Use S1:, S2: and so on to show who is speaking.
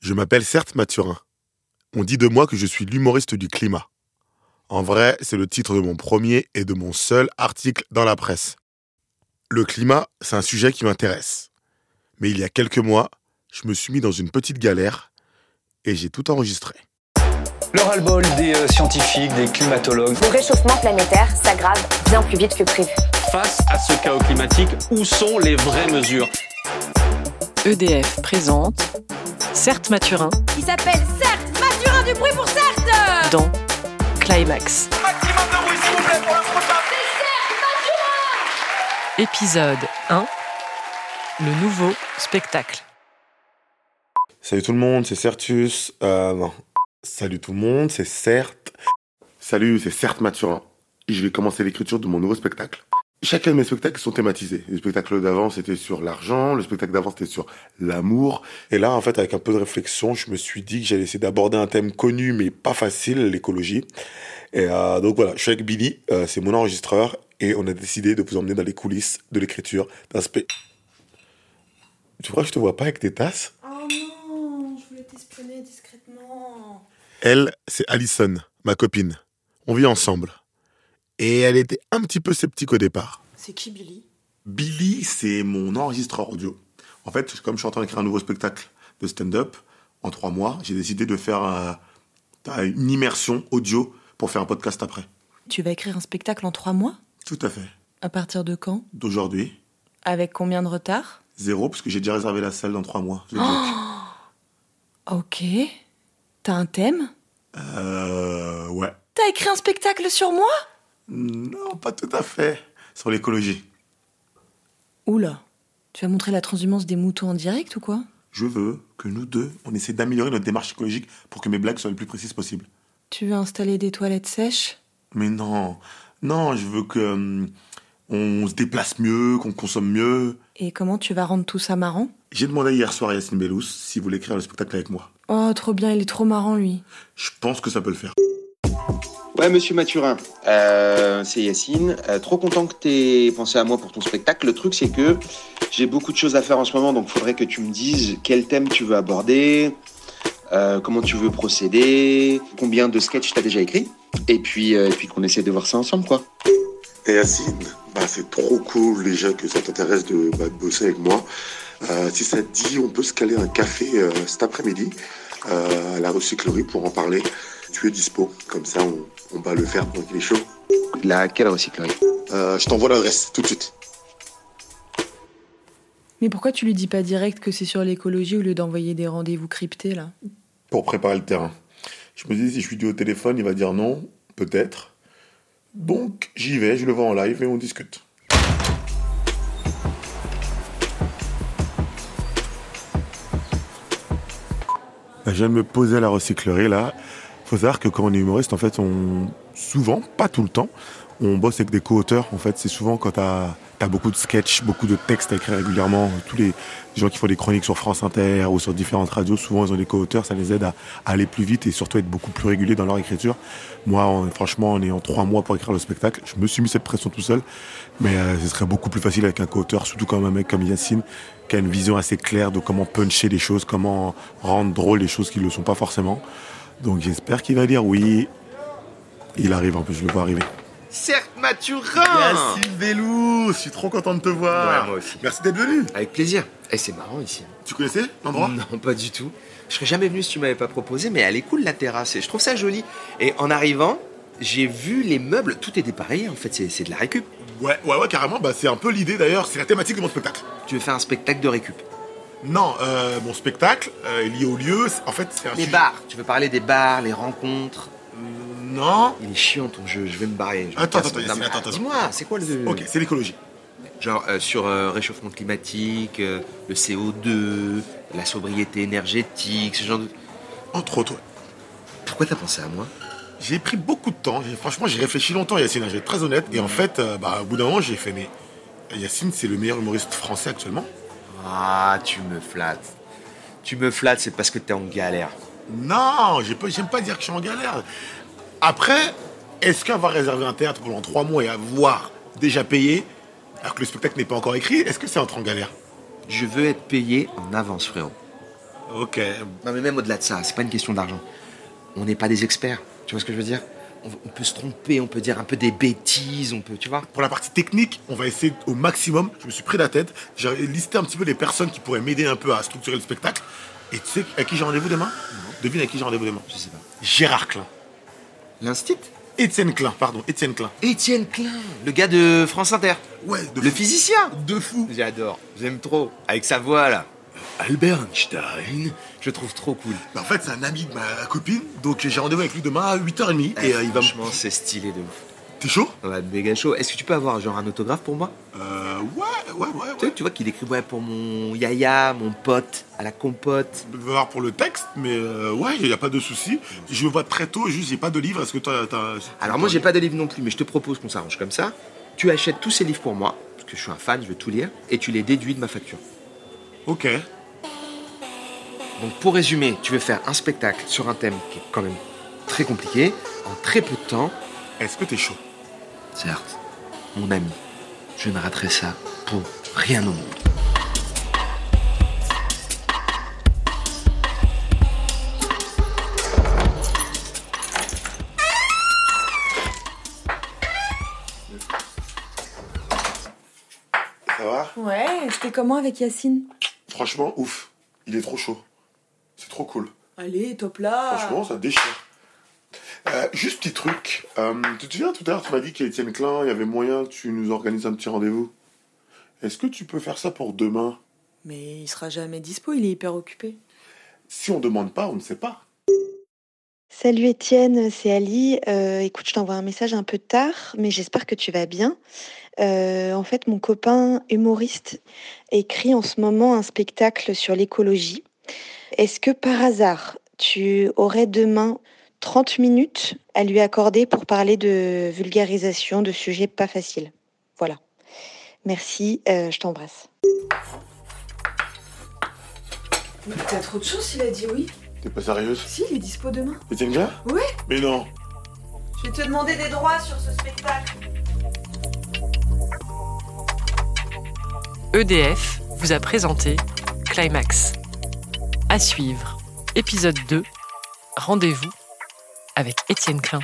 S1: Je m'appelle certes Mathurin. On dit de moi que je suis l'humoriste du climat. En vrai, c'est le titre de mon premier et de mon seul article dans la presse. Le climat, c'est un sujet qui m'intéresse. Mais il y a quelques mois, je me suis mis dans une petite galère et j'ai tout enregistré.
S2: Le ras-le-bol des euh, scientifiques, des climatologues.
S3: Le réchauffement planétaire s'aggrave bien plus vite que prévu.
S4: Face à ce chaos climatique, où sont les vraies mesures
S5: EDF E présente Certes Mathurin
S6: Il s'appelle Certes Mathurin du bruit pour Certes
S5: dans Climax.
S7: Maximum de bruit, s'il vous plaît, pour le prochain.
S5: Épisode 1 Le nouveau spectacle.
S1: Salut tout le monde, c'est Certus. Euh, non. Salut tout le monde, c'est Certes. Salut, c'est Certes Mathurin. Et je vais commencer l'écriture de mon nouveau spectacle. Chacun de mes spectacles sont thématisés. Le spectacle d'avant, c'était sur l'argent. Le spectacle d'avant, c'était sur l'amour. Et là, en fait, avec un peu de réflexion, je me suis dit que j'allais essayer d'aborder un thème connu, mais pas facile, l'écologie. Et euh, donc voilà, je suis avec Billy, euh, c'est mon enregistreur, et on a décidé de vous emmener dans les coulisses de l'écriture d'un spé... Tu crois que je te vois pas avec tes tasses
S8: Oh non, je voulais t'espionner discrètement.
S1: Elle, c'est Allison, ma copine. On vit ensemble. Et elle était un petit peu sceptique au départ.
S8: C'est qui Billy
S1: Billy, c'est mon enregistreur audio. En fait, comme je suis en train d'écrire un nouveau spectacle de stand-up, en trois mois, j'ai décidé de faire euh, une immersion audio pour faire un podcast après.
S9: Tu vas écrire un spectacle en trois mois
S1: Tout à fait.
S9: À partir de quand
S1: D'aujourd'hui,
S9: Avec combien de retard
S1: zéro, parce que j'ai déjà réservé la salle dans trois mois. Je
S9: Oh
S1: joke.
S9: Ok. T'as un thème
S1: euh, ouais.
S9: T'as écrit un spectacle sur moi
S1: Non, pas tout à fait. Sur l'écologie.
S9: Oula. Tu vas montrer la transhumance des moutons en direct ou quoi
S1: Je veux que nous deux, on essaie d'améliorer notre démarche écologique pour que mes blagues soient les plus précises possibles.
S9: Tu veux installer des toilettes sèches
S1: Mais non, non, je veux que hum, on se déplace mieux, qu'on consomme mieux.
S9: Et comment tu vas rendre tout ça marrant
S1: J'ai demandé hier soir à Yacine Bellous s'il voulait écrire le spectacle avec moi.
S9: Oh, trop bien, il est trop marrant lui.
S1: Je pense que ça peut le faire.
S10: Ouais, monsieur Mathurin, euh, c'est Yacine. Euh, trop content que t'aies pensé à moi pour ton spectacle. Le truc, c'est que j'ai beaucoup de choses à faire en ce moment, donc faudrait que tu me dises quel thème tu veux aborder, euh, comment tu veux procéder, combien de sketchs t'as déjà écrit, et puis, euh, et puis qu'on essaie de voir ça ensemble, quoi.
S11: Et Yacine, bah, c'est trop cool déjà que ça t'intéresse de, bah, de bosser avec moi. Euh, si ça te dit, on peut se caler un café euh, cet après-midi euh, à la recyclerie pour en parler. Tu es dispo, comme ça on, on va le faire pendant qu'il est chaud.
S10: La quelle recyclerie
S11: Euh, je t'envoie l'adresse tout de suite.
S9: Mais pourquoi tu lui dis pas direct que c'est sur l'écologie au lieu d'envoyer des rendez-vous cryptés là
S1: Pour préparer le terrain. Je me dis, si je lui dis au téléphone, il va dire non, peut-être. Donc, j'y vais, je le vois en live et on discute. Là, Je viens de me Bah, poser à la recyclerie là. Faut savoir que quand on est humoriste, en fait, on souvent, pas tout le temps, on bosse avec des co-auteurs. En fait, c'est souvent quand t'as as beaucoup de sketchs, beaucoup de textes à écrire régulièrement. Tous les gens qui font des chroniques sur France Inter ou sur différentes radios, souvent ils ont des co-auteurs. Ça les aide à, à aller plus vite et surtout à être beaucoup plus réguliers dans leur écriture. Moi, en- franchement, en ayant trois mois pour écrire le spectacle, je me suis mis cette pression tout seul. Mais euh, ce serait beaucoup plus facile avec un co-auteur, surtout quand un mec comme Yacine qui a une vision assez claire de comment puncher les choses, comment rendre drôle les choses qui ne le sont pas forcément. Donc j'espère qu'il va dire oui. Il arrive, en plus, je le vois arriver.
S7: Certes, Mathurin
S1: Bellou, je suis trop content de te
S7: Ouais, moi aussi.
S1: Merci d'être venu.
S7: Avec plaisir. Et c'est marrant ici.
S1: Tu connaissais l'endroit
S7: Oh. Non, pas du tout. Je serais jamais venu si tu m'avais pas proposé, mais elle est cool la terrasse et je trouve ça joli. Et en arrivant, j'ai vu les meubles, tout est dépareillé en fait, c'est c'est de la récup.
S1: Ouais, ouais, ouais, carrément. Bah, c'est un peu l'idée d'ailleurs. C'est la thématique de mon spectacle.
S7: Tu veux faire un spectacle de récup.
S1: Non, euh, mon spectacle euh, est lié au lieu. C'est- En fait, c'est un
S7: Les
S1: sujet-
S7: bars, tu veux parler des bars, les rencontres.
S1: Mm, Non.
S7: Il est chiant ton jeu, je vais me barrer. je me
S1: Attends,
S7: casse.
S1: attends,
S7: Non,
S1: Yacine,
S7: mais
S1: attends, attends.
S7: Dis-moi, c'est quoi le.
S1: Ok, c'est l'écologie.
S7: Genre euh, sur euh, réchauffement climatique, euh, le CO2, la sobriété énergétique, ce genre de.
S1: Entre autres, ouais.
S7: Pourquoi t'as pensé à moi
S1: J'ai pris beaucoup de temps. J'ai- Franchement, j'ai réfléchi longtemps, Yacine. hein, Je vais être très honnête. Et en fait, euh, bah, au bout d'un moment, j'ai fait mais Yacine, c'est le meilleur humoriste français actuellement.
S7: Ah, tu me flattes. Tu me flattes, c'est parce que t'es en galère.
S1: Non, j'ai pas- j'aime pas dire que je suis en galère. Après, est-ce qu'avoir réservé un théâtre pendant trois mois et avoir déjà payé, alors que le spectacle n'est pas encore écrit, est-ce que c'est entre en galère
S7: Je veux être payé en avance, frérot.
S1: Ok.
S7: Non, mais même au-delà de ça, c'est pas une question d'argent. On n'est pas des experts. Tu vois ce que je veux dire on, on peut se tromper, on peut dire un peu des bêtises, on peut, tu vois.
S1: Pour la partie technique, on va essayer au maximum. Je me suis pris la tête. J'ai listé un petit peu les personnes qui pourraient m'aider un peu à structurer le spectacle. Et tu sais à qui j'ai rendez-vous demain Devine à qui j'ai rendez-vous demain.
S7: Je sais pas.
S1: Gérard Klein.
S7: L'instit
S1: Étienne Klein, pardon, Étienne Klein.
S7: Étienne Klein, le gars de France Inter.
S1: Ouais, de
S7: Le
S1: fou.
S7: physicien
S1: De fou.
S7: J'adore, j'aime trop. Avec sa voix là.
S1: Albert Einstein.
S7: Je trouve trop cool.
S1: Bah, en fait, c'est un ami de ma copine, donc j'ai rendez-vous avec lui demain à 8h30. et euh, il va me.
S7: Franchement, c'est stylé de ouf.
S1: T'es chaud
S7: Ouais, méga chaud. Est-ce que tu peux avoir genre un autographe pour moi
S1: Euh. Ouais, ouais, ouais,
S7: Tu
S1: ouais.
S7: sais, Tu vois qu'il écrit ouais, pour mon yaya, mon pote, à la compote.
S1: Je vais voir pour le texte, mais euh, ouais, il n'y a pas de souci. Je le vois très tôt, juste j'ai pas de livre. Est-ce que toi, t'as.
S7: Alors moi j'ai pas de livre non plus, mais je te propose qu'on s'arrange comme ça. Tu achètes tous ces livres pour moi, parce que je suis un fan, je veux tout lire, et tu les déduis de ma facture.
S1: Ok.
S7: Donc pour résumer, tu veux faire un spectacle sur un thème qui est quand même très compliqué, en très peu de temps.
S1: Est-ce que t'es chaud
S7: Certes, mon ami, je ne raterai ça pour rien au monde.
S11: Ça va
S9: Ouais, c'était comment avec Yacine
S11: Franchement, ouf. Il est trop chaud. C'est trop cool.
S9: Allez, top là
S11: Franchement, ça déchire. Euh, juste petit truc. Euh, tu te souviens tout à l'heure, tu m'as dit qu'il y a Étienne Klein, il y avait moyen, que tu nous organises un petit rendez-vous. Est-ce que tu peux faire ça pour demain
S9: Mais il sera jamais dispo, il est hyper occupé.
S11: Si on demande pas, on ne sait pas.
S12: Salut Étienne, c'est Ali. Euh, écoute, je t'envoie un message un peu tard, mais j'espère que tu vas bien. Euh, en fait, mon copain humoriste écrit en ce moment un spectacle sur l'écologie. Est-ce que par hasard, tu aurais demain 30 minutes à lui accorder pour parler de vulgarisation de sujets pas faciles Voilà. Merci, euh, je t'embrasse.
S9: Mais t'as trop de chance, il a dit oui.
S11: T'es pas sérieuse
S9: Si, il est dispo demain.
S11: Étienne Klein
S9: Ouais.
S11: Mais non.
S8: Je vais te demander des droits sur ce spectacle.
S5: EDF E vous a présenté Climax. À suivre, épisode 2, rendez-vous avec Étienne Klein.